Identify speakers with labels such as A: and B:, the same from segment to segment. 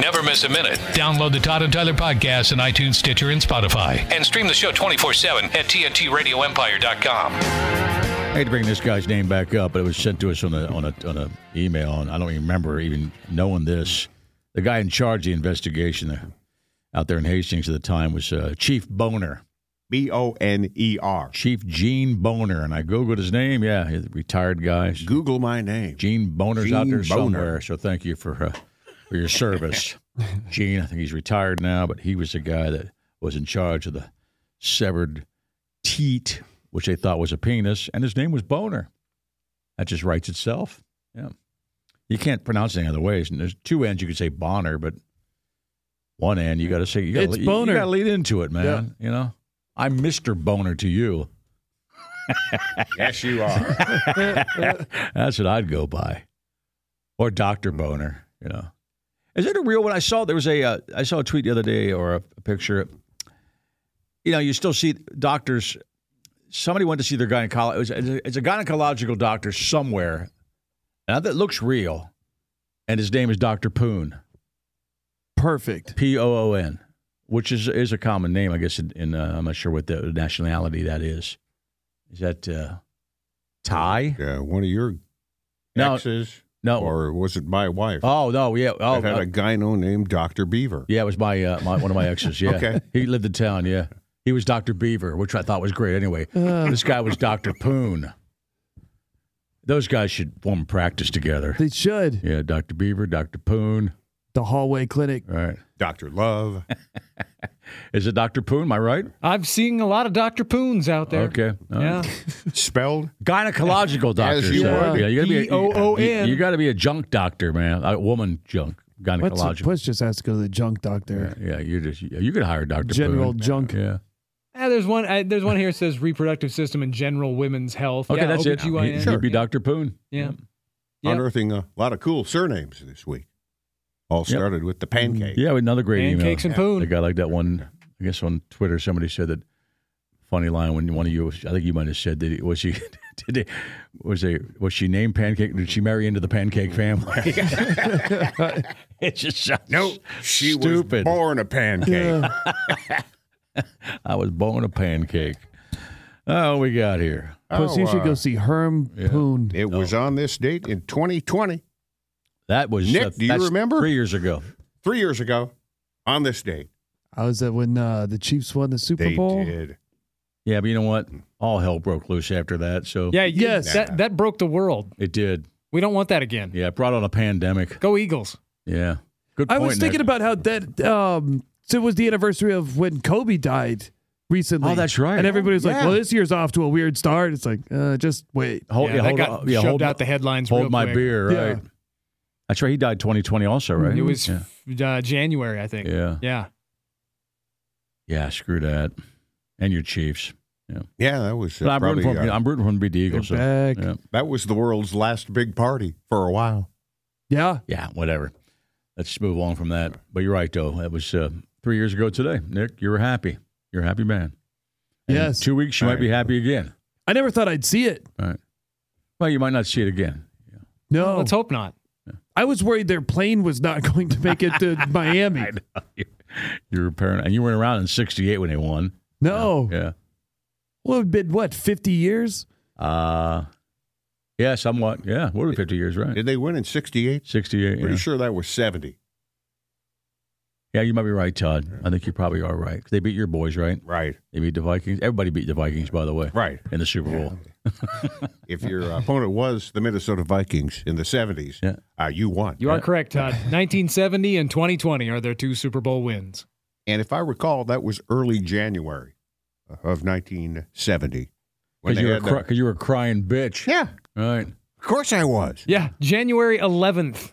A: Never miss a minute.
B: Download the Todd and Tyler podcast on iTunes, Stitcher, and Spotify.
A: And stream the show 24 7 at TNTRadioEmpire.com.
C: I hate to bring this guy's name back up, but it was sent to us on a on a on a email, and I don't even remember even knowing this. The guy in charge of the investigation out there in Hastings at the time was uh, Chief Boner,
D: B O N E R.
C: Chief Gene Boner, and I googled his name. Yeah, he's a retired guy.
D: Google my name.
C: Gene Boner's out
D: Gene
C: there
D: Boner.
C: somewhere. So thank you for uh, for your service, Gene. I think he's retired now, but he was the guy that was in charge of the severed teat, which they thought was a penis, and his name was Boner. That just writes itself. Yeah, you can't pronounce it any other ways. And there's two ends you could say Bonner, but one end you got to say you
E: It's
C: got
E: Boner.
C: You got to lead into it, man. You know, I'm Mister Boner to you.
D: Yes, you are.
C: That's what I'd go by, or Doctor Boner. You know, is it a real one? I saw there was a uh, I saw a tweet the other day or a, a picture. You know, you still see doctors. Somebody went to see their gynecologist. It was, it's, a, it's a gynecological doctor somewhere, and that looks real. And his name is Doctor Poon,
E: Perfect.
C: P O O N, which is is a common name, I guess. In, in uh, I'm not sure what the nationality that is. Is that uh, Thai?
D: yeah, one of your
C: No.
D: exes,
C: No.
D: or was it my wife?
C: Oh no, yeah. Oh,
D: that had
C: uh,
D: a gyno named Doctor Beaver.
C: Yeah, it was my, uh, my one of my exes. Yeah,
D: Okay.
C: he lived in town. Yeah, he was Doctor Beaver, which I thought was great. Anyway, this guy was Doctor Poon. Those guys should form a practice together.
E: They should.
C: Yeah, Doctor Beaver, Doctor Poon.
E: The hallway clinic.
C: All right,
D: Doctor Love.
C: is it Doctor Poon? Am I right?
F: I've seen a lot of Dr. Poons out there.
C: Okay. All
F: Yeah.
C: right.
D: Spelled
C: Gynecological doctor.
D: As you
C: so-
E: would.
C: Yeah, you gotta be a-
F: B-O-O-N.
C: You, you gotta be a junk doctor, man. A woman junk
E: Let's,
C: gynecological.
E: let's just ask go to the junk doctor.
C: yeah, you just you could hire Doctor
E: General junk.
C: Yeah.
F: Eh, there's one. Uh, there's one here that says reproductive system and general women's health.
C: Okay,
F: yeah,
C: that's it.
F: OBGYN.
C: He, would be
F: Yeah.
C: Doctor Poon.
F: Yeah. Yep.
D: unearthing a lot of cool surnames this week. All started with the pancake.
C: Yeah, another great email.
F: Pancakes and Poon.
C: The guy like that one, I guess on Twitter, somebody said that funny line when one of you, I think you might have said that it- was she did it, was a was she named Pancake? Did she marry into the Pancake family? it just sounds
D: No, she
C: stupid.
D: was born a pancake.
C: I was born a pancake. Oh, we got here.
E: Plus,
D: Oh,
E: you should go see Herm Poon.
D: It was on this date in 2020,
C: That was
D: Nick, do you
C: that's
D: remember?
C: three years ago?
D: three years ago, on this date.
E: I was at when uh, the Chiefs won the Super
D: They
E: Bowl.
D: did.
C: Yeah, but you know what? All hell broke loose after that. So
F: Yeah. you-
E: Yes.
F: That, that broke the world.
C: it did.
F: We don't want that again.
C: Yeah, it brought on a pandemic.
F: Go Eagles.
C: Yeah, good.
E: I
C: Point
E: was thinking
C: Nick.
E: about how that um, so it was the anniversary of when Kobe died recently.
C: Oh, that's right.
E: And everybody's like,
C: Yeah.
E: "Well, this year's off to a weird start." It's like, uh, just wait.
C: Hold,
F: yeah,
C: yeah,
F: that
C: hold
F: got
C: on. Yeah,
F: shoved
C: hold
F: out the headlines. real
C: Hold my
F: quick.
C: beer, right?
E: Yeah.
C: That's right. He died 2020 also, right?
F: It was
C: yeah.
F: uh, January, I think.
C: Yeah.
F: Yeah.
C: Yeah, screw that. And your Chiefs.
D: Yeah, that was uh,
C: But I'm
D: probably,
C: rooting for him.
D: uh,
C: I'm rooting for him to beat the Eagles. so,
E: back.
C: Yeah.
D: that was the world's last big party for a while.
E: Yeah,
C: yeah, whatever. Let's move on from that. But you're right though. That was uh, three years ago today. Nick, you were happy. You're a happy man. And in
E: Yes.
C: two weeks you might be happy again.
E: I never thought I'd see it.
C: All right. Well, you might not see it again.
E: No,
C: Oh.
F: Let's hope not.
E: I was worried their plane was not going to make it to Miami.
C: You were paranoid. And you weren't around in '68 when they won.
E: No,
F: Oh.
C: Yeah.
E: well, it'd been what fifty years?
C: Uh, Yeah, somewhat. Yeah, more than 50 years, right?
D: Did they win in 68?
C: 68.
D: Pretty
C: Yeah.
D: sure that was 70.
C: yeah, you might be right, Todd. I think you probably are right. They beat your boys, right?
D: Right.
C: They beat the Vikings. Everybody beat the Vikings, by the way,
D: Right.
C: in the Super Bowl.
D: If your opponent was the Minnesota Vikings in the 70s,
C: Yeah.
D: uh, you won.
F: You are correct, Todd. 1970 and 2020 are their two Super Bowl wins.
D: And if I recall, that was early January of 1970. when
C: Because
D: they
C: you, were
D: had the-
C: cry- 'cause you were a crying bitch.
D: yeah,
C: Right.
D: of course I was.
F: Yeah, January 11th.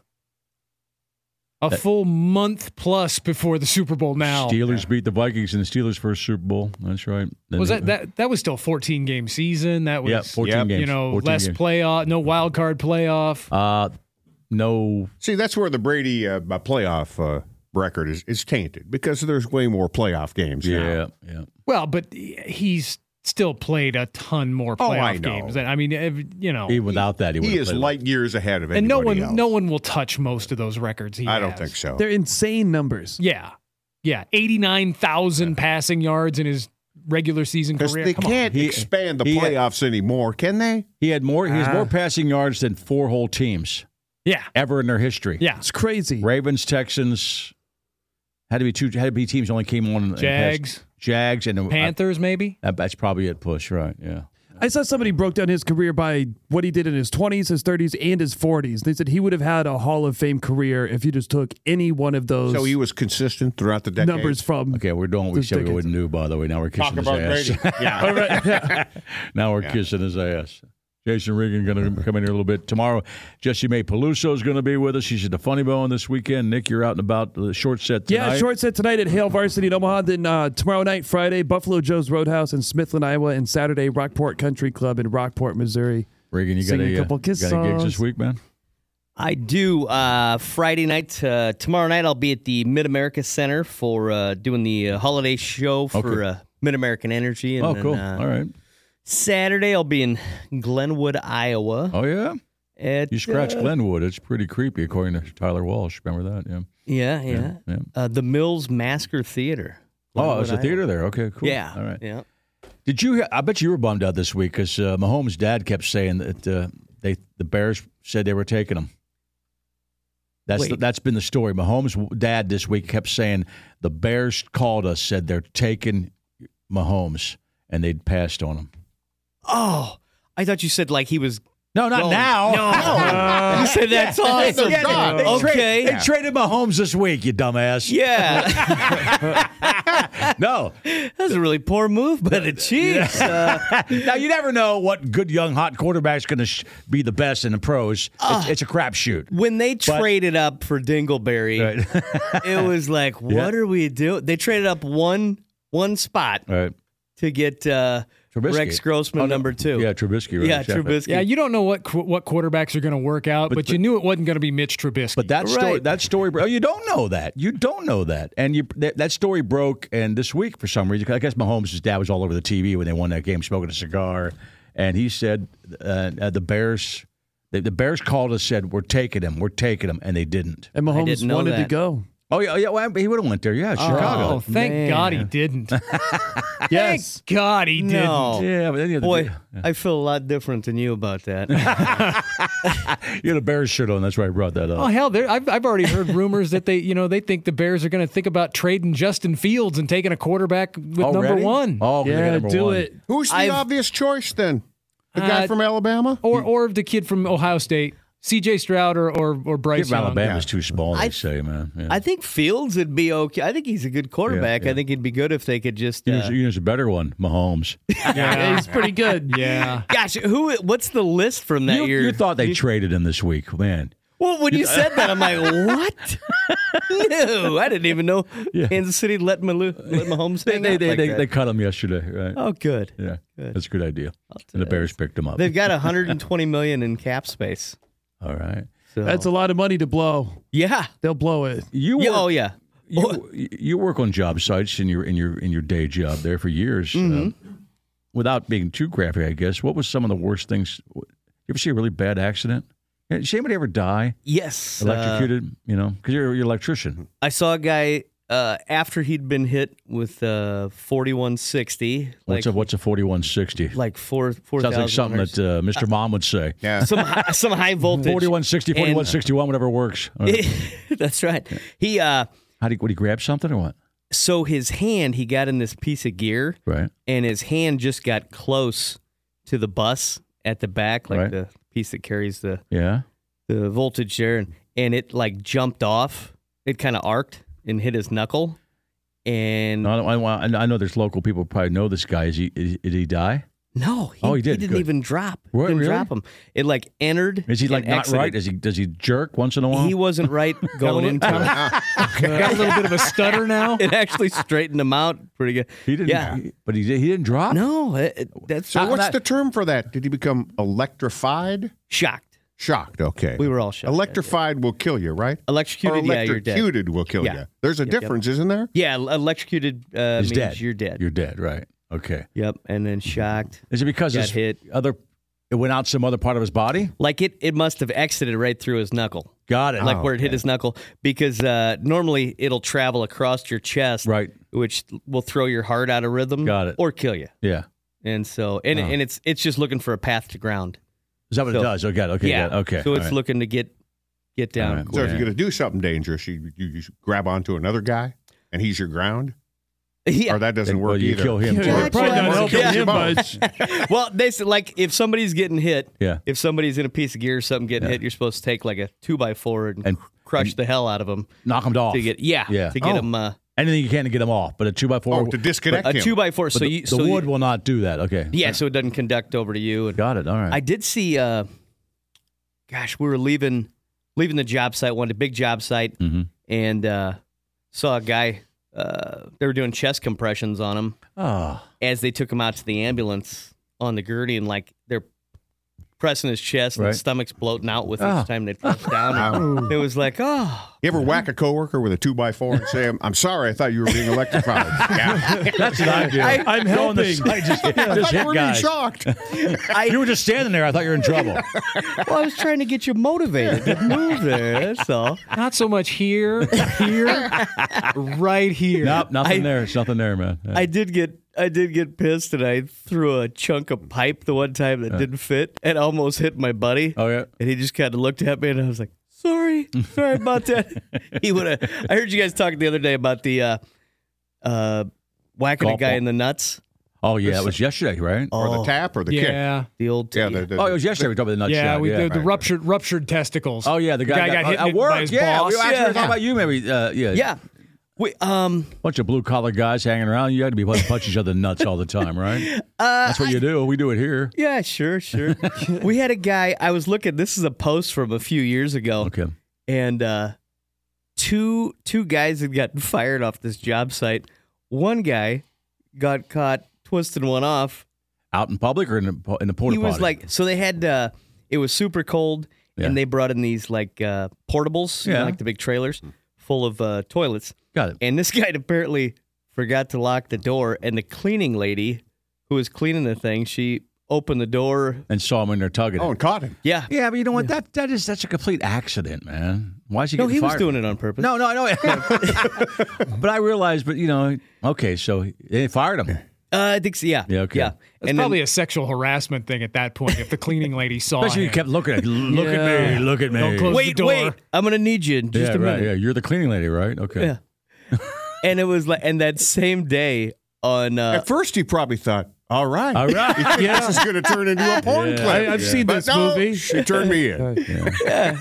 F: A full month plus before the Super Bowl now.
C: Steelers beat the Vikings in the Steelers' first Super Bowl. That's right. Then
F: was
C: they-
F: that, that that was still 14 game season. That was
C: Yeah, 14
D: Yep.
C: games.
F: you know,
C: 14
F: less
C: games.
F: playoff, no wild card playoff.
C: Uh, no.
D: See, that's where the Brady uh, playoff uh, record is, is tainted because there's way more playoff games now.
C: Yeah, yeah.
F: Well, but he's still played a ton more
D: Oh,
F: playoff
D: I know.
F: games. I mean, ev- you know,
C: Even without that, he,
D: He
C: would've
D: is
C: played.
D: light years ahead of
F: and no
D: anybody
F: one
D: else.
F: no one will touch most of those records. He
D: I don't
F: has.
D: think
C: Oh.
D: so.
E: They're insane numbers.
F: Yeah, yeah, 89,000 passing yards in his regular season
D: Because
F: career.
D: they
F: Come on.
D: can't
C: He-
D: expand the
C: he-
D: playoffs anymore, can they?
C: He had more. He
F: Ah.
C: has more passing yards than four whole teams
F: Yeah,
C: ever in their history.
F: yeah.
E: It's crazy.
C: Ravens, Texans had to be two. Had to be teams only came on. in the
F: Jags.
C: past- Jags, and
F: Panthers, maybe.
C: uh, that's probably it. Push right. Yeah.
E: I saw somebody broke down his career by what he did in his 20s, his 30s, and his 40s. They said he would have had a Hall of Fame career if you just took any one of those
D: So he was consistent throughout the decade.
E: numbers from.
C: Okay, we're doing what we
E: Just
C: said we
E: take it.
C: wouldn't do. By the way, now we're kissing
D: Talk
C: his
D: about
C: ass.
D: Brady. Yeah.
C: Now we're kissing his ass. Jason Regan going to come in here a little bit tomorrow. Jesse May Peluso is going to be with us. She's at the Funny Bone this weekend. Nick, you're out and about the short set tonight.
E: Yeah, short set tonight at Hale Varsity in Omaha. Then uh, tomorrow night, Friday, Buffalo Joe's Roadhouse in Smithland, Iowa, and Saturday, Rockport Country Club in Rockport, Missouri.
C: Regan, you got
E: Sing
C: a,
E: a
C: uh,
E: couple kiss
C: got any gigs this
E: songs.
C: week, man?
G: I do. Uh, Friday night, uh, tomorrow night, I'll be at the Mid America Center for uh, doing the uh, holiday show for
C: Okay.
G: uh, Mid American Energy. And
C: Oh,
G: then,
C: cool.
G: uh,
C: All right.
G: Saturday, I'll be in Glenwood, Iowa.
C: Oh yeah.
G: at,
C: You scratch
G: uh,
C: Glenwood. It's pretty creepy, according to Tyler Walsh. Remember that? Yeah.
G: Yeah, yeah.
C: yeah.
G: Uh, the Mills Masker Theater.
C: Oh, it's
G: Glenwood,
C: a theater
G: Iowa.
C: there. Okay, cool.
G: Yeah.
C: All right.
G: Yeah.
C: Did you? hear- I bet you were bummed out this week because uh, Mahomes' dad kept saying that uh, they the Bears said they were taking him. That's the,
G: Wait.
C: that's been the story. Mahomes' w- dad this week kept saying the Bears called us, said they're taking Mahomes, and they'd passed on him.
G: Oh, I thought you said like he was.
C: No, not
G: going-
C: now.
G: No. you said that's awesome.
C: Uh, Yeah, they, they tra-
G: okay.
C: they traded Mahomes this week, you dumbass.
G: yeah.
C: No,
G: that was a really poor move by the Chiefs. Uh,
C: now you never know what good young hot quarterback's going to sh- be the best in the pros. it's, it's a crapshoot.
G: when they
C: But-
G: traded up for Dingleberry, it was like, what
C: Yeah.
G: are we doing? They traded up one one spot
C: Right.
G: to get uh,
C: Trubisky.
G: Rex Grossman
C: Oh, no.
G: number two.
C: Yeah, Trubisky. Right,
G: yeah,
C: exactly.
G: Trubisky.
F: Yeah, you don't know what qu- what quarterbacks are going to work out, but, you knew it wasn't going to be Mitch Trubisky.
C: But that story,
G: Right.
C: that story, bro. oh, You don't know that. You don't know that. And you that, that story broke, and this week for some reason, I guess Mahomes' dad was all over the TV when they won that game, smoking a cigar, and he said uh, uh, the Bears, the, the Bears called us, said we're taking him, we're taking him, and they didn't.
E: And Mahomes
G: didn't know
E: wanted to
G: that.
E: go.
C: Oh yeah, yeah. Well, he would have went there. Yeah, Chicago.
F: Oh, thank
E: Man.
F: God he didn't.
E: Yes.
F: Thank God he didn't.
G: no.
C: Yeah, but then you had the-
G: Boy, I feel a lot different than you about that.
C: you had a Bears shirt on. That's why I brought that up.
F: Oh hell, there- I've I've already heard rumors that they you know they think the Bears are going to think about trading Justin Fields and taking a quarterback with number
C: Already?
F: one,
C: Oh, 'cause they got
E: yeah,
C: number
E: do
C: one.
E: it.
D: Who's the
G: I've-
D: obvious choice then? The guy
F: Uh,
D: from Alabama?
F: or or the kid from Ohio State, C.J. Stroud or or, or Bryce
C: Give
F: Young.
C: Alabama's too small. They
G: I-
C: say, man. Yeah.
G: I think Fields would be okay. I think he's a good quarterback.
C: yeah.
G: I think it'd be good if they could just.
C: You know,
G: uh,
C: you know, it's a better one, Mahomes.
E: Yeah, he's pretty good.
F: Yeah,
G: gosh, who? What's the list from that
C: You,
G: year?
C: you thought they traded him this week, man.
G: Well, when you said that, I'm like, what? no, I didn't even know
C: Yeah.
G: Kansas City let Malou, let Mahomes
C: They
G: hang
C: they
G: out
C: they,
G: like
C: they,
G: that.
C: they cut him yesterday, right?
G: oh, good.
C: yeah, that's a good idea. And the Bears picked him up.
G: They've got 120 million in cap space.
C: All right.
G: So.
E: That's a lot of money to blow.
G: yeah.
E: They'll blow it.
C: You
G: Yeah,
C: work,
G: oh yeah.
C: you, you work on job sites in your in your in your day job there for years.
G: Mm-hmm.
C: uh, without being too graphic, I guess. What was some of the worst things? You ever see a really bad accident? Yeah, Did anybody ever die
G: Yes. uh,
C: electrocuted? you know, because you're, you're an electrician.
G: I saw a guy uh, after he'd been hit with uh, 4160, like
C: What's a what's a forty one sixty?
G: like four four
C: Sounds
G: thousand.
C: like something that uh, Mr. Mom would say.
D: Yeah.
G: some high, some high voltage.
C: 4160,
G: And-
C: 4161, whatever works. Uh,
G: That's right. He uh,
C: How do you, what, do you grab something or what?
G: so his hand he got in this piece of gear,
C: Right.
G: and his hand just got close to the bus at the back, like
C: Right.
G: the piece that carries the
C: Yeah.
G: the voltage there, and, and it like jumped off. It kind of arced and hit his knuckle, and
C: No, I, don't- I, want- I know there's local people who probably know this guy. Is he, is, did he die?
G: no, he,
C: Oh, he
G: he,
C: did.
G: did.
C: Good.
G: not even drop.
C: What,
G: didn't
C: really?
G: drop him. It like entered.
C: Is he like
G: and
C: not right?
G: exited.
C: Is he does he jerk once in a while?
G: He wasn't right going into it.
F: Got a little bit of a stutter now.
G: It actually straightened him out pretty good.
C: He didn't.
G: Yeah.
C: but he did, he didn't drop.
G: No, it, it- that's
D: So
G: not-
D: what's
G: uh, not-
D: the term for that? Did he become electrified?
G: shocked.
D: Shocked. Okay.
G: We were all shocked.
D: electrified will kill you, right?
G: Electrocuted.
D: or
G: Yeah, you're dead.
D: electrocuted will kill
G: Yeah.
D: you. There's a
G: yep.
D: difference, isn't there?
G: Yeah, el- electrocuted uh,
C: he's
G: means
C: dead.
G: you're dead.
C: You're dead. Right. Okay.
G: yep, and then shocked.
C: Is it because
G: Got
C: his
G: hit.
C: other it went out some other part of his body?
G: Like it, it must have exited right through his knuckle,
C: Got it.
G: like where it hit his knuckle, because uh, normally it'll travel across your chest,
C: Right.
G: which will throw your heart out of rhythm,
C: Got it. Oh.
G: or kill you.
C: Yeah.
G: And so, and, and it's it's just looking for a path to ground.
C: Is that what it
G: So-
C: does? Oh, got it. Okay.
G: yeah.
C: Got it. Okay.
G: So it's
C: All right.
G: looking to get get
C: All
G: down.
C: right.
D: So if
C: Yeah.
D: you're going to do something dangerous, you, you, you grab onto another guy and he's your ground,
G: Yeah.
D: or that doesn't
C: Well,
D: work
C: you
D: either.
C: kill him.
E: Yeah,
C: too.
E: you're probably not
D: Yeah.
E: helping
D: Yeah.
E: him much.
G: well, they said like if somebody's getting hit,
C: Yeah.
G: if somebody's in a piece of gear or something getting hit, you're supposed to take like a two by four and,
C: And-
G: crush the hell out of them
C: Knock him off.
G: to get yeah,
C: Yeah.
G: to get
C: Oh.
G: them uh,
C: Anything you can to get him off, but a two by four.
D: Oh, to disconnect
G: a
D: him.
G: two by four.
C: but
G: So
C: the,
G: you
C: the
G: so you-
C: wood will not do that. Okay.
G: yeah, so it doesn't conduct over to you. And
C: Got it. All right.
G: I did see, uh, gosh, we were leaving leaving the job site one, the big job site,
C: Mhm.
G: and uh, saw a guy. Uh, they were doing chest compressions on him
C: Oh,
G: as they took him out to the ambulance on the gurney, and like they're pressing his chest, and
C: Right.
G: his stomach's bloating out with
C: Oh.
G: each time they press down. And it was like, oh,
D: You ever whack a coworker with a two by four and say, "I'm, I'm sorry, I thought you were being electrified." yeah.
C: that's what I do.
E: I'm
C: Go on the
E: helping.
C: side, just, just
D: you
C: hit
D: were being
C: guys.
D: shocked.
C: You were just standing there. I thought you were in trouble.
G: well, I was trying to get you motivated to move there. That's all.
F: Not so much here, here, right here.
C: nope, nothing
G: I-
C: there. It's nothing there, man. Yeah.
G: I did get. I did get pissed and I threw a chunk of pipe the one time that didn't fit and almost hit my buddy.
C: oh yeah.
G: And he just kind of looked at me, and I was like, "Sorry, sorry about that." he would have. I heard you guys talking the other day about the uh, uh, whacking a
C: Golf
G: guy
C: ball.
G: in the nuts.
C: Oh yeah. It was yesterday, right?
D: Or the tap or the kick.
F: yeah.
G: The old E.
D: Yeah, the, the-
C: Oh, it was yesterday. We talked about the nut
F: Yeah,
C: shot,
F: we
C: yeah.
F: the, the ruptured ruptured testicles.
C: Oh yeah, the guy,
F: got, hit
C: at
F: in it
C: work.
F: by his
C: yeah,
F: boss.
C: we were actually
F: yeah.
C: talking about you, maybe. Uh, yeah,
G: yeah. We, um,
C: Bunch of blue collar guys hanging around. You had to be punching punch each other in the nuts all the time, right? That's what you do. We do it here.
G: uh, yeah, sure, sure. we had a guy. I was looking. This is a post from a few years ago,
C: Okay.
G: and uh, two two guys had gotten fired off this job site. One guy got caught twisting one off,
C: Out in public or in the, in the porta
G: he was
C: potty?
G: like so they had uh it was super cold
C: Yeah.
G: and they brought in these like uh portables you know,
C: Yeah.
G: like the big trailers full of uh toilets
C: got it.
G: and this guy apparently forgot to lock the door and the cleaning lady who was cleaning the thing she opened the door
C: And saw him in there tugging.
D: oh,
C: it.
D: and caught him.
G: yeah
C: Yeah, but you know what? That that is that's a complete accident, man. Why is he?
G: no
C: getting
G: he was
C: fired?
G: doing it on purpose
C: No, no, I know. but I realized, but you know, okay, so they fired him.
G: uh, i think so, yeah
C: Yeah, okay.
G: yeah
F: It's
G: and
F: probably a sexual harassment thing at that point. If the cleaning lady saw
C: Especially
G: Oh,
F: him.
C: you kept looking at, look at me, look at me.
F: Don't close
G: then,
F: the
G: wait
F: door.
G: wait i'm gonna need you in just
C: yeah,
G: a minute
C: right. Yeah, you're the cleaning lady, right? Okay.
G: Yeah. and it was like and that same day on uh,
D: At first, he probably thought, "All right,
C: All right.
D: this is going to turn into a porn clip."
E: I, I've seen
D: But
E: this
D: no,
E: movie.
D: She turned me in.
G: Yeah.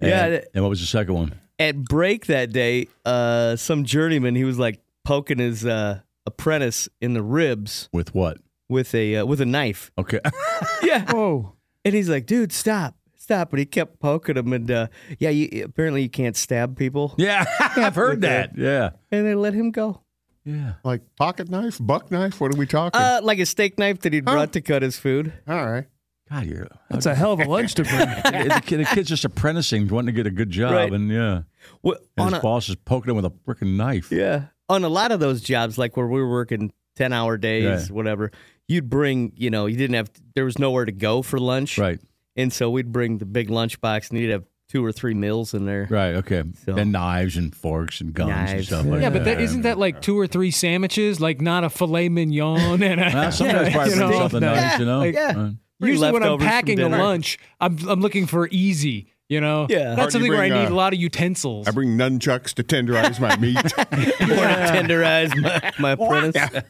C: And, and what was the second one?
G: at break that day, uh, some journeyman he was like poking his uh, apprentice in the ribs
C: With what?
G: with a uh, with a knife.
C: Okay.
G: Yeah,
E: Oh,
G: and he's like, "Dude, stop, stop!" But he kept poking him, and uh, yeah, you, apparently you can't stab people,
C: yeah, I've heard that. Yeah.
G: and they let him go.
C: Yeah.
D: Like pocket knife, buck knife. What are we talking?
G: Uh, like a steak knife that he brought to cut his food.
D: All right.
C: God, you're.
E: that's a hell of a lunch to bring.
C: the, kid, the kid's just apprenticing, wanting to get a good job,
G: Right.
C: and yeah,
G: Wha-
C: and
G: on
C: his
G: a,
C: boss is poking him with a freaking knife.
G: yeah, on a lot of those jobs, like where we were working ten hour days,
C: Yeah.
G: whatever. You'd bring, you know, you didn't have. There was nowhere to go for lunch,
C: Right.
G: And so we'd bring the big lunchbox and you'd have two or three meals in there.
C: Right. Okay.
G: So-
C: And knives and forks and guns and
G: Knives.
C: stuff like
F: Yeah,
C: that.
F: but that, isn't that like two or three sandwiches? Like not a filet mignon and a.
C: Well, sometimes
F: you
C: probably
F: know,
C: bring something
F: like-
C: nice, you know.
F: like-
C: Uh,
G: Three
F: Usually when I'm
G: leftovers from
F: packing a
G: dinner.
F: lunch, I'm I'm looking for easy. You know,
G: Yeah.
D: Or do you
F: that's something where I
D: bring,
F: need
D: uh,
F: a lot of utensils.
D: I bring nunchucks to tenderize my meat.
G: Tenderize my, my apprentice.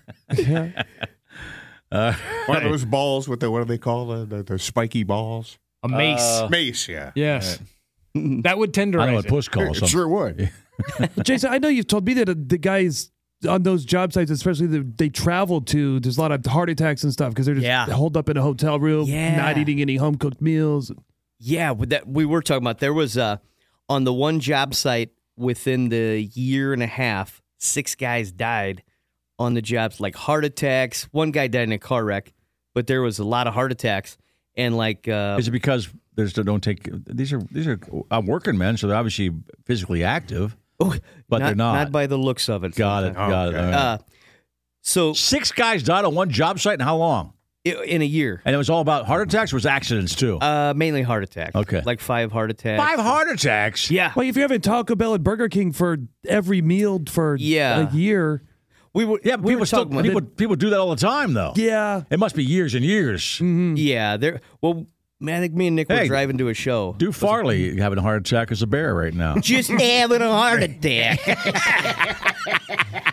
D: One of those balls with the what do they call it? The, the spiky balls.
F: a mace.
D: Mace, yeah.
F: yes, that would tenderize.
C: uh, I know a
F: it.
C: push call.
D: It
C: Some,
D: sure would.
E: Jason, I know you've told me that uh, the guys on those job sites, especially that they travel to, there's a lot of heart attacks and stuff because they're just
G: Yeah.
E: holed up in a hotel room,
G: Yeah.
E: not eating any home cooked meals.
G: Yeah, with that we were talking about. There was uh, on the one job site within the year and a half, six guys died on the jobs, like heart attacks. One guy died in a car wreck, but there was a lot of heart attacks and like uh,
C: Is it because there's don't take these are these are I'm working men, so they're obviously physically active.
G: oh,
C: but they're not.
G: not by the looks of it.
C: Got it. Got it.
D: Okay.
C: all right.
G: Uh, so
C: Six guys died on one job site in how long?
G: i- in a year,
C: And it was all about heart attacks. Or was accidents too?
G: uh, mainly heart attacks.
C: Okay.
G: like five heart attacks.
C: Five heart attacks.
G: Yeah,
E: Well, if you're having Taco Bell and Burger King for every meal for
G: Yeah.
E: a year,
G: we were.
C: Yeah, but
G: we
C: people
G: were
C: still
G: talking about
C: people people do that all the time though.
E: yeah,
C: It must be years and years.
G: Mm. Yeah, there. Well, man, I think me and Nick
C: Mm. Hey.
G: were driving to a show.
C: Duke Farley having a heart attack as a bear right now.
G: just having a heart attack.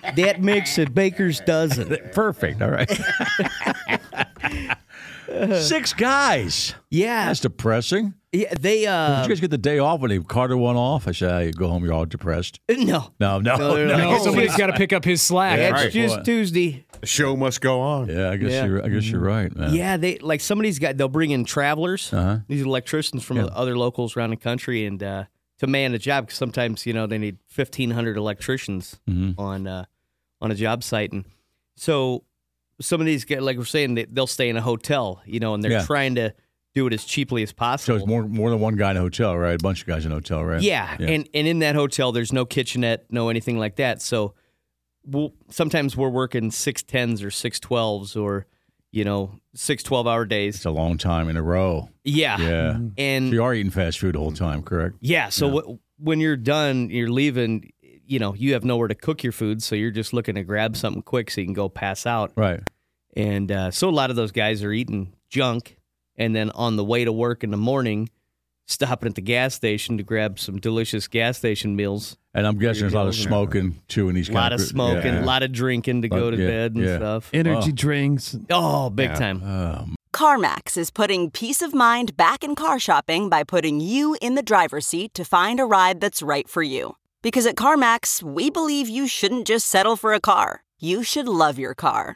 G: that makes a baker's dozen.
C: Perfect. All right. Six guys.
G: Yeah,
C: That's depressing.
G: yeah. They uh,
C: Did you guys get the day off when they Carter one off? I said, ah, you go home, you're all depressed.
G: no.
C: No, no,
G: No, they're
F: No,
C: Oh,
G: not.
F: somebody's got to pick up his slack.
G: It's
D: right.
G: just Tuesday.
D: The show must go on.
C: Yeah, I guess
G: Yeah.
C: you're. I guess you're right, man.
G: Yeah, they like somebody's got. They'll bring in travelers,
C: Uh-huh.
G: these electricians from other locals around the country, and uh, to man the job because sometimes you know they need fifteen hundred electricians
C: Mm-hmm.
G: on uh, on a job site, and so some of these get like we're saying they, they'll stay in a hotel, you know, and they're
C: Yeah.
G: trying to do it as cheaply as
C: So
G: possible.
C: it's more more than one guy in a hotel, right? A bunch of guys in a hotel, right?
G: Yeah, and and in that hotel, there's no kitchenette, no anything like that. So we'll, sometimes we're working six tens or six twelves or you know six 12 hour days.
C: it's a long time in a row.
G: Yeah,
C: Yeah, so
G: and
C: you are eating fast food the whole time, correct?
G: yeah. So wh- when you're done, you're leaving. You know, you have nowhere to cook your food, so you're just looking to grab something quick so you can go pass out.
C: Right.
G: And uh, so a lot of those guys are eating junk, and then on the way to work in the morning, stopping at the gas station to grab some delicious gas station meals.
C: And I'm guessing there's a lot of
G: Yeah.
C: smoking too in these.
G: A lot of
C: kind
G: smoking, a
C: yeah.
G: lot of drinking to go to
C: yeah,
G: bed and
C: yeah.
G: stuff.
E: energy drinks.
G: Oh, big time.
H: CarMax is putting peace of mind back in car shopping by putting you in the driver's seat to find a ride that's right for you. Because at CarMax, we believe you shouldn't just settle for a car, you should love your car.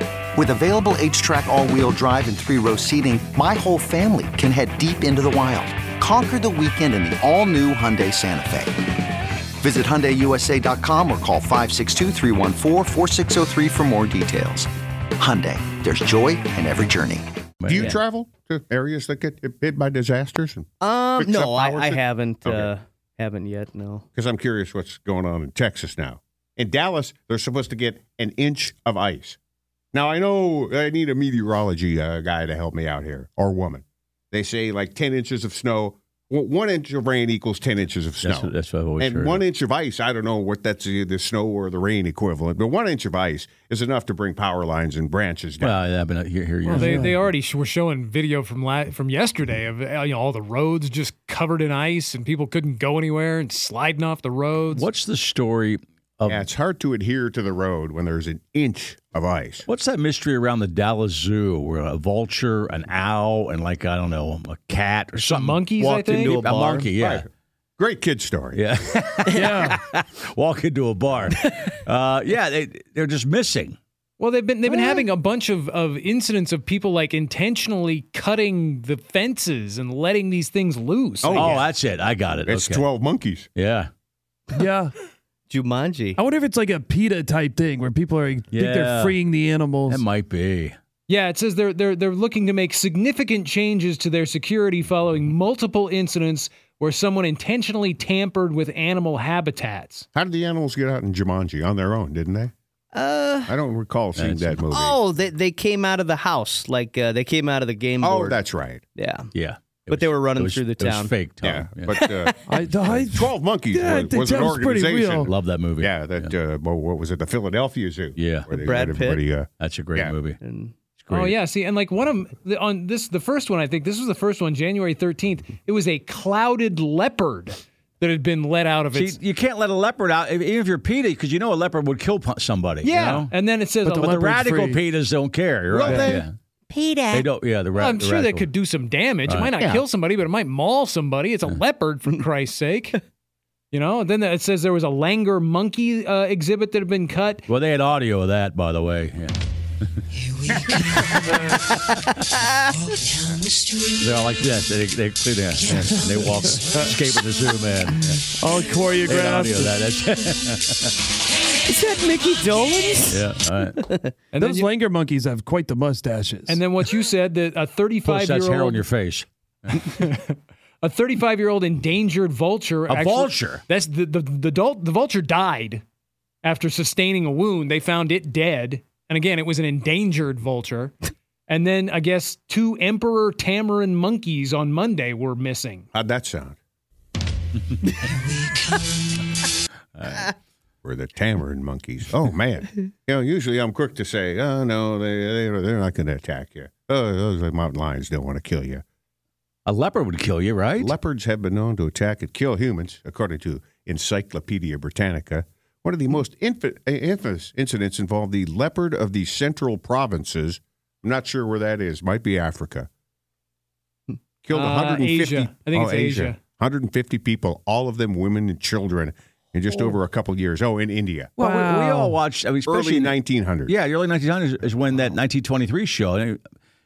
I: With available H track, all wheel drive, and three row seating, my whole family can head deep into the wild. Conquer the weekend in the all new Hyundai Santa Fe. Visit HyundaiUSA.com or call 562-314-4603 for more details. Hyundai, there's joy in every journey.
D: Do you travel to areas that get hit by disasters?
G: Um,
D: Fix up
G: no,
D: power
G: I, I
D: to-
G: haven't. Uh,
D: Okay.
G: haven't yet. No.
D: Because I'm curious what's going on in Texas now. In Dallas, they're supposed to get an inch of ice. Now I know I need a meteorology uh, guy to help me out here or woman. They say like ten inches of snow. Well, one inch of rain equals ten inches of snow.
C: That's, that's what I've always
D: and
C: heard.
D: one inch of ice, I don't know what that's uh, the snow or the rain equivalent, but one inch of ice is enough to bring power lines and branches down.
C: well, yeah, I've been out here, here years.
F: Well, they,
C: ago.
F: they already sh- were showing video from la- from yesterday of uh, you know all the roads just covered in ice and people couldn't go anywhere and sliding off the roads.
C: What's the story of?
D: yeah, it's hard to adhere to the road when there's an inch of ice.
C: What's that mystery around the Dallas Zoo where a vulture, an owl, and like I don't know, a cat or something
F: monkeys, I
C: walked
F: think?
C: into a,
F: A bar.
C: monkey? Yeah,
D: Right. Great kid story.
C: yeah, yeah. Walk into a bar. uh, yeah, they they're just missing.
F: Well, they've been they've been having a bunch of, of incidents of people like intentionally cutting the fences and letting these things loose.
C: Oh,
F: I guess.
C: that's it. I got it.
D: It's
C: Okay.
D: 12 monkeys.
C: Yeah.
E: Yeah.
G: Jumanji.
E: I wonder if it's like a PETA type thing where people are think
C: Yeah.
E: they're freeing the animals.
C: That might be.
F: Yeah, it says they're they're they're looking to make significant changes to their security following multiple incidents where someone intentionally tampered with animal habitats.
D: How did the animals get out in Jumanji on their own, didn't they?
G: Uh,
D: I don't recall seeing
C: That's-
D: that movie.
G: oh, they, they came out of the house. Like uh, they came out of the game
D: Oh,
G: board.
D: that's right.
G: yeah.
C: Yeah.
G: But they were running
C: it was-
G: through the
C: it was
G: town.
C: fake Tom.
D: Yeah.
C: Yeah.
D: But uh,
E: I, I,
D: 12 Monkeys
E: Yeah, I
D: was,
E: think
D: was an
E: that was pretty
D: organization.
E: real.
C: Love that movie.
D: Yeah, that Uh, well, what was it? The Philadelphia Zoo.
C: Yeah.
D: where they
G: Brad
D: let
G: Pitt.
D: everybody, uh,
C: That's a great
D: Yeah.
C: movie.
G: And
C: It's great.
F: Oh yeah, see, and like one of them on this the first one I think this was the first one January thirteenth. It was a clouded leopard that had been let out of
C: See,
F: its.
C: you can't let a leopard out, even if you're PETA, because you know a leopard would kill pu- somebody. you
F: yeah,
C: know?
F: and then it says
C: But
F: a
C: the, but the
F: leopard-
C: radical
E: free.
C: PETAs don't care. You're
D: Will
C: right.
D: they?
C: Yeah. PETA. They don't. Yeah. The ra-
F: Well, I'm
C: the
F: sure that
C: radical-
F: could do some damage. It
C: Right.
F: might not
D: Yeah.
F: kill somebody, but it might maul somebody. It's a leopard, for Christ's sake. You know, then it says there was a Langer monkey uh, exhibit that had been cut.
C: Well, they had audio of that, by the way. Yeah. They're like this. They they clear that. Yeah. They walk, escape with the zoo man. Yeah.
E: all
C: They had
E: Oh, choreographed.
C: audio of that. That's,
G: Is that Mickey Dolan's?
C: yeah. All right.
F: And then,
E: Those
F: you-
E: Langer monkeys have quite the mustaches.
F: and then what you said that a 35
C: Plus, that's
F: year
C: hair on
F: old
C: your face.
F: a 35 year old endangered vulture.
C: A vulture?
F: That's the the the adult, the vulture died after sustaining a wound. They found it dead, and again, it was an endangered vulture. and then I guess two emperor tamarin monkeys on Monday were missing.
D: How'd that sound? Were the Tamarin monkeys? Oh man! You know, usually I'm quick to say, "Oh no, they they they're not going to attack you. Oh, those mountain lions don't want to kill you."
C: A leopard would kill you, right?
D: Leopards have been known to attack and kill humans, according to Encyclopedia Britannica. One of the most inf- uh, infamous incidents involved the leopard of the central provinces. I'm not sure where that is. Might be Africa. Killed
F: Uh,
D: 150.
F: Asia. I think
D: oh,
F: it's Asia.
D: 150 people, all of them women and children, in just over a couple years. Oh, in India,
C: Well, we, we
E: Wow.
C: all watched. I mean, especially
D: early 1900s.
C: Yeah, the early 1900s is when that 1923 show. and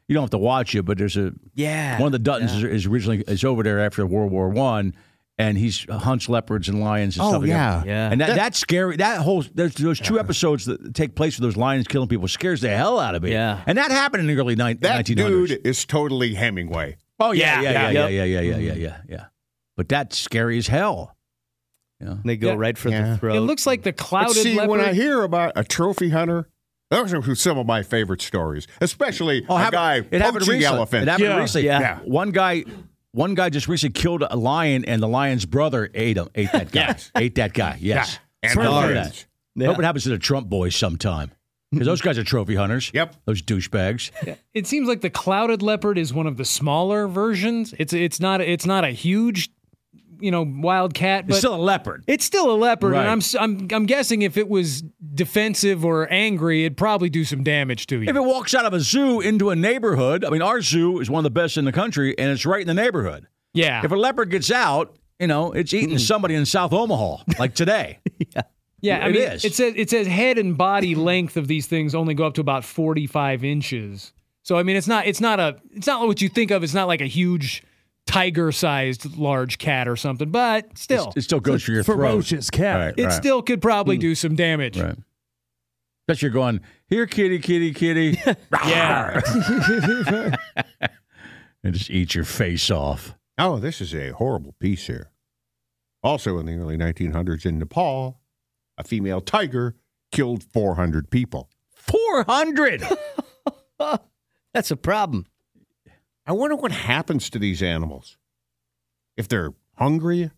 C: You don't have to watch it, but there's a
G: Yeah.
C: one of the Duttons is, is originally is over there after World War One, and he's hunts leopards and lions and
D: Oh,
C: stuff. like that.
D: yeah.
G: Yeah.
C: and that, that's scary. That whole there's those two episodes that take place with those lions killing people scares the hell out of me.
G: Yeah.
C: and that happened in the early ni-
D: That
C: 1900s.
D: dude is totally Hemingway.
C: oh yeah, yeah, yeah, yeah,
G: yeah,
C: yeah,
G: yeah.
C: yeah, yeah, yeah, yeah, yeah. But that's scary as hell. Yeah.
G: They go
F: Yeah.
G: right for
D: Yeah.
G: the
D: It
G: throat.
F: It looks like the
D: But
F: clouded
D: see,
F: leopard.
D: when I hear about a trophy hunter, those are some of my favorite stories, especially a
C: happened-
D: guy
C: Oh, it happened
D: poaching
C: recently. It
D: elephants.
C: happened
E: Yeah.
C: recently.
G: Yeah.
D: Yeah.
C: One guy, one guy just recently killed a lion, and the lion's brother ate him. Ate that guy.
D: Yes.
C: Ate that guy. Yes.
D: And
C: I love
D: birds.
C: that. Hope it happens to the Trump boys sometime. Because those guys are trophy hunters.
D: Yep.
C: Those douchebags.
F: it seems like the clouded leopard is one of the smaller versions. It's it's not it's not a huge, you know, wild cat, but
C: It's still a leopard.
F: It's still a leopard,
C: Right.
F: and I'm, s- I'm I'm guessing if it was defensive or angry, it'd probably do some damage to you.
C: If it walks out of a zoo into a neighborhood, I mean, our zoo is one of the best in the country, and it's right in the neighborhood.
F: yeah,
C: If a leopard gets out, you know, it's eating somebody in South Omaha, like today.
F: yeah. I
C: it
F: mean,
C: is.
F: it says it says head and body length of these things only go up to about 45 inches. So I mean, it's not it's not a it's not what you think of. It's not like a huge tiger-sized large cat or something, but still,
C: It still goes for your throat.
E: ferocious cat.
C: Right. Hmm.
F: it still could probably do some damage.
C: Right. But you're going, here, kitty, kitty, kitty.
F: Yeah.
C: and just eat your face off.
D: Oh, this is a horrible piece here. Also, in the early 1900s in Nepal, a female tiger killed 400 people.
C: 400.
G: That's a problem.
D: I wonder what happens to these animals if they're hungry.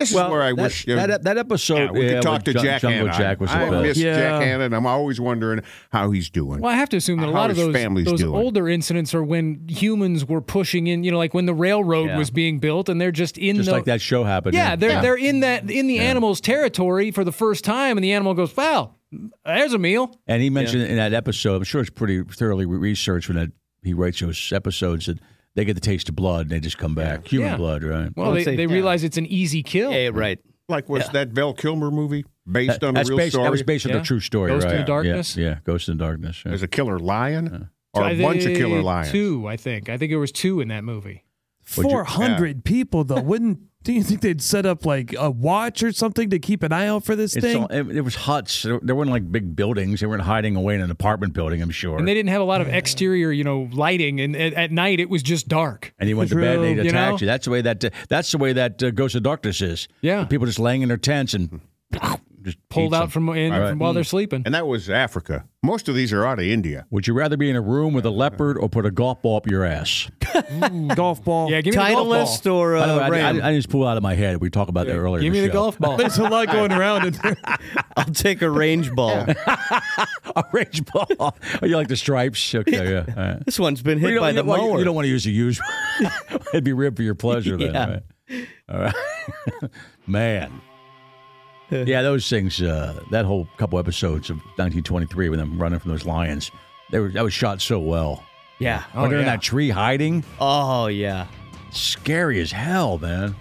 D: This is where I
C: that,
D: wish
C: that, that, episode.
D: yeah, we could
C: yeah,
D: talk
C: with
D: to
C: Jun-
D: Jack
C: Jungle
D: Hanna.
C: Jack was the
D: I
C: best.
D: miss
E: Yeah.
D: Jack Hanna, and I'm always wondering how he's doing.
F: Well, I have to assume that a
D: How
F: lot of
D: his
F: those
D: family's
F: those
D: doing.
F: older incidents are when humans were pushing in, you know, like when the railroad
G: Yeah.
F: was being built, and they're just in
C: Just
F: the,
C: like that show happened.
F: Yeah, they're
C: yeah.
F: they're in that in the animal's territory for the first time, and the animal goes, "Wow, there's a meal."
C: And he mentioned in that episode, I'm sure it's pretty thoroughly re- researched when that, he writes those episodes that they get the taste of blood and they just come back. Human
F: Yeah.
C: blood, right?
F: Well,
G: I would
F: they,
G: say-
F: they
G: yeah.
F: realize it's an easy kill.
G: Yeah, right.
D: like was that Val Kilmer movie? based
C: That-
D: on a
C: that's
D: real
C: based-
D: story.
C: That was based on
F: Yeah.
C: a true story,
F: Ghost in
C: right?
F: the
C: Yeah,
F: Darkness?
C: Yeah, Ghost in the Darkness. yeah.
D: There's a killer lion or
F: I
D: a bunch of
F: think
D: killer lions.
F: Two, I think. I think there was two in that movie.
C: Would you-
E: Four hundred people though. Wouldn't do you think they'd set up like a watch or something to keep an eye out for this
C: It's
E: thing?
C: all, it, it was huts. There, there weren't like big buildings. They weren't hiding away in an apartment building. I'm sure.
F: And they didn't have a lot of exterior, you know, lighting. And at, at night, it was just dark.
C: And you went to
F: True.
C: bed and
F: You
C: they'd attack
F: know?
C: you. That's the way that that's the way that uh, Ghost of Darkness is.
F: Yeah.
C: The people just laying in their tents and just
F: Pulled
C: eats
F: out
C: them.
F: from, in,
C: Right.
F: from while they're sleeping.
D: And that was Africa. Most of these are out of India.
C: Would you rather be in a room with a leopard or put a golf ball up your ass?
E: golf ball.
F: Yeah, give me the golf ball.
G: Titleist or
C: By the way,
G: uh,
C: I-
G: Ram?
C: I, I just pulled out of my head. We talked about that earlier.
F: Give
C: in
F: me the
C: show.
F: golf ball.
E: There's a lot going around. In there.
G: I'll take a range ball.
C: a range ball. oh, you like the stripes? Okay, yeah. all right.
G: This one's been
C: Well,
G: hit
C: you
G: by
C: don't-
G: the
C: well, you-
G: mower.
C: You don't want to use a used. It'd be ripped for your pleasure then.
G: Yeah.
C: Right? All right, man. yeah, those things. Uh, that whole couple episodes of 1923 with them running from those lions. They were that was shot so well.
G: yeah.
C: Oh, Under in
F: yeah.
C: that tree hiding,
G: Oh yeah.
C: scary as hell, man.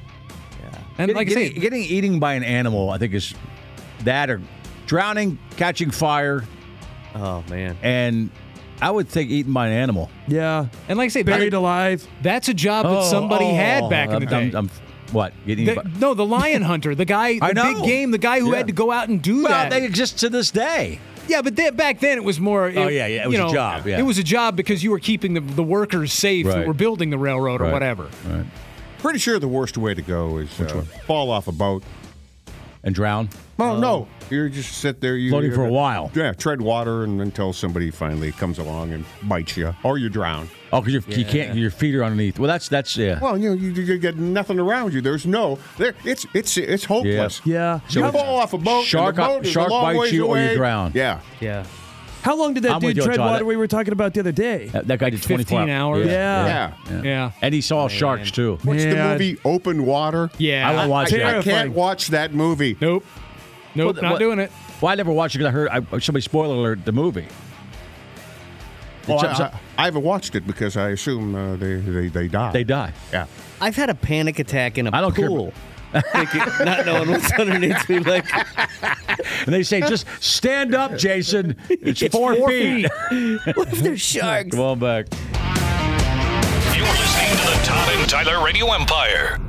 F: and like I
C: getting,
F: say,
C: getting eaten by an animal, I think is that or drowning, catching fire,
G: Oh man.
C: and I would think eaten by an animal.
E: yeah,
F: and like I say,
E: buried
F: that-
E: alive.
F: that's a job that
C: Oh,
F: somebody
C: oh,
F: had back in
C: I'm-
F: the day.
C: I'm- I'm- what? Getting
F: The-
C: eaten by-
F: no, the lion hunter, the guy,
C: I
F: the big
C: know.
F: game, the guy who
C: Yeah.
F: had to go out and do
C: Well,
F: that.
C: they exist to this day.
F: yeah, but then, back then it was more.
C: Oh, yeah, yeah, it was
F: you
C: a
F: know,
C: job, yeah.
F: It was a job because you were keeping the, the workers safe
C: Right.
F: that were building the railroad or
C: Right.
F: whatever.
C: Right.
D: Pretty sure the worst way to go is uh, fall off a boat.
C: And drown.
D: Well, no,
F: Oh.
D: you just sit there. You,
C: Floating for a while.
D: Yeah, tread water and until somebody finally comes along and bites you, or you drown.
C: Oh, because you can't. Your feet are underneath. Well, that's that's yeah.
D: Well, you know, you, you get nothing around you. There's no there. It's it's it's hopeless.
E: Yeah.
D: You
C: So
D: fall off a boat. and
C: shark-
D: the boat is
C: shark
D: a long
C: bites
D: ways
C: you or you
D: away.
C: drown.
D: Yeah,
G: Yeah.
E: How long did that
C: I'm with
E: dude
C: you,
E: tread
C: John.
E: water
C: That-
E: we were talking about the other day?
C: that, that guy did 24
F: 15 hours. Oh,
E: Yeah.
D: yeah.
F: Yeah.
C: And he saw sharks too.
D: What's the
E: Man.
D: movie? Open water.
F: Yeah.
C: I won't watch it.
D: I, I
E: Terrifying.
D: can't watch that movie.
F: Nope. Nope,
C: Well,
F: not
C: what-
F: doing it.
C: Well, I never watched it because I heard I, somebody spoiler alert the movie.
D: Well,
C: Except-
D: I, I, I haven't watched it because I assume uh, they, they they die.
C: they die.
D: Yeah.
G: I've had a panic attack in a
C: I don't care.
G: pool. Thinking, not knowing what's underneath me, like
C: And they say, just stand up, Jason. It's, four, feet.
G: what if there's sharks?
C: Come on back.
A: You're listening to the Todd and Tyler Radio Empire.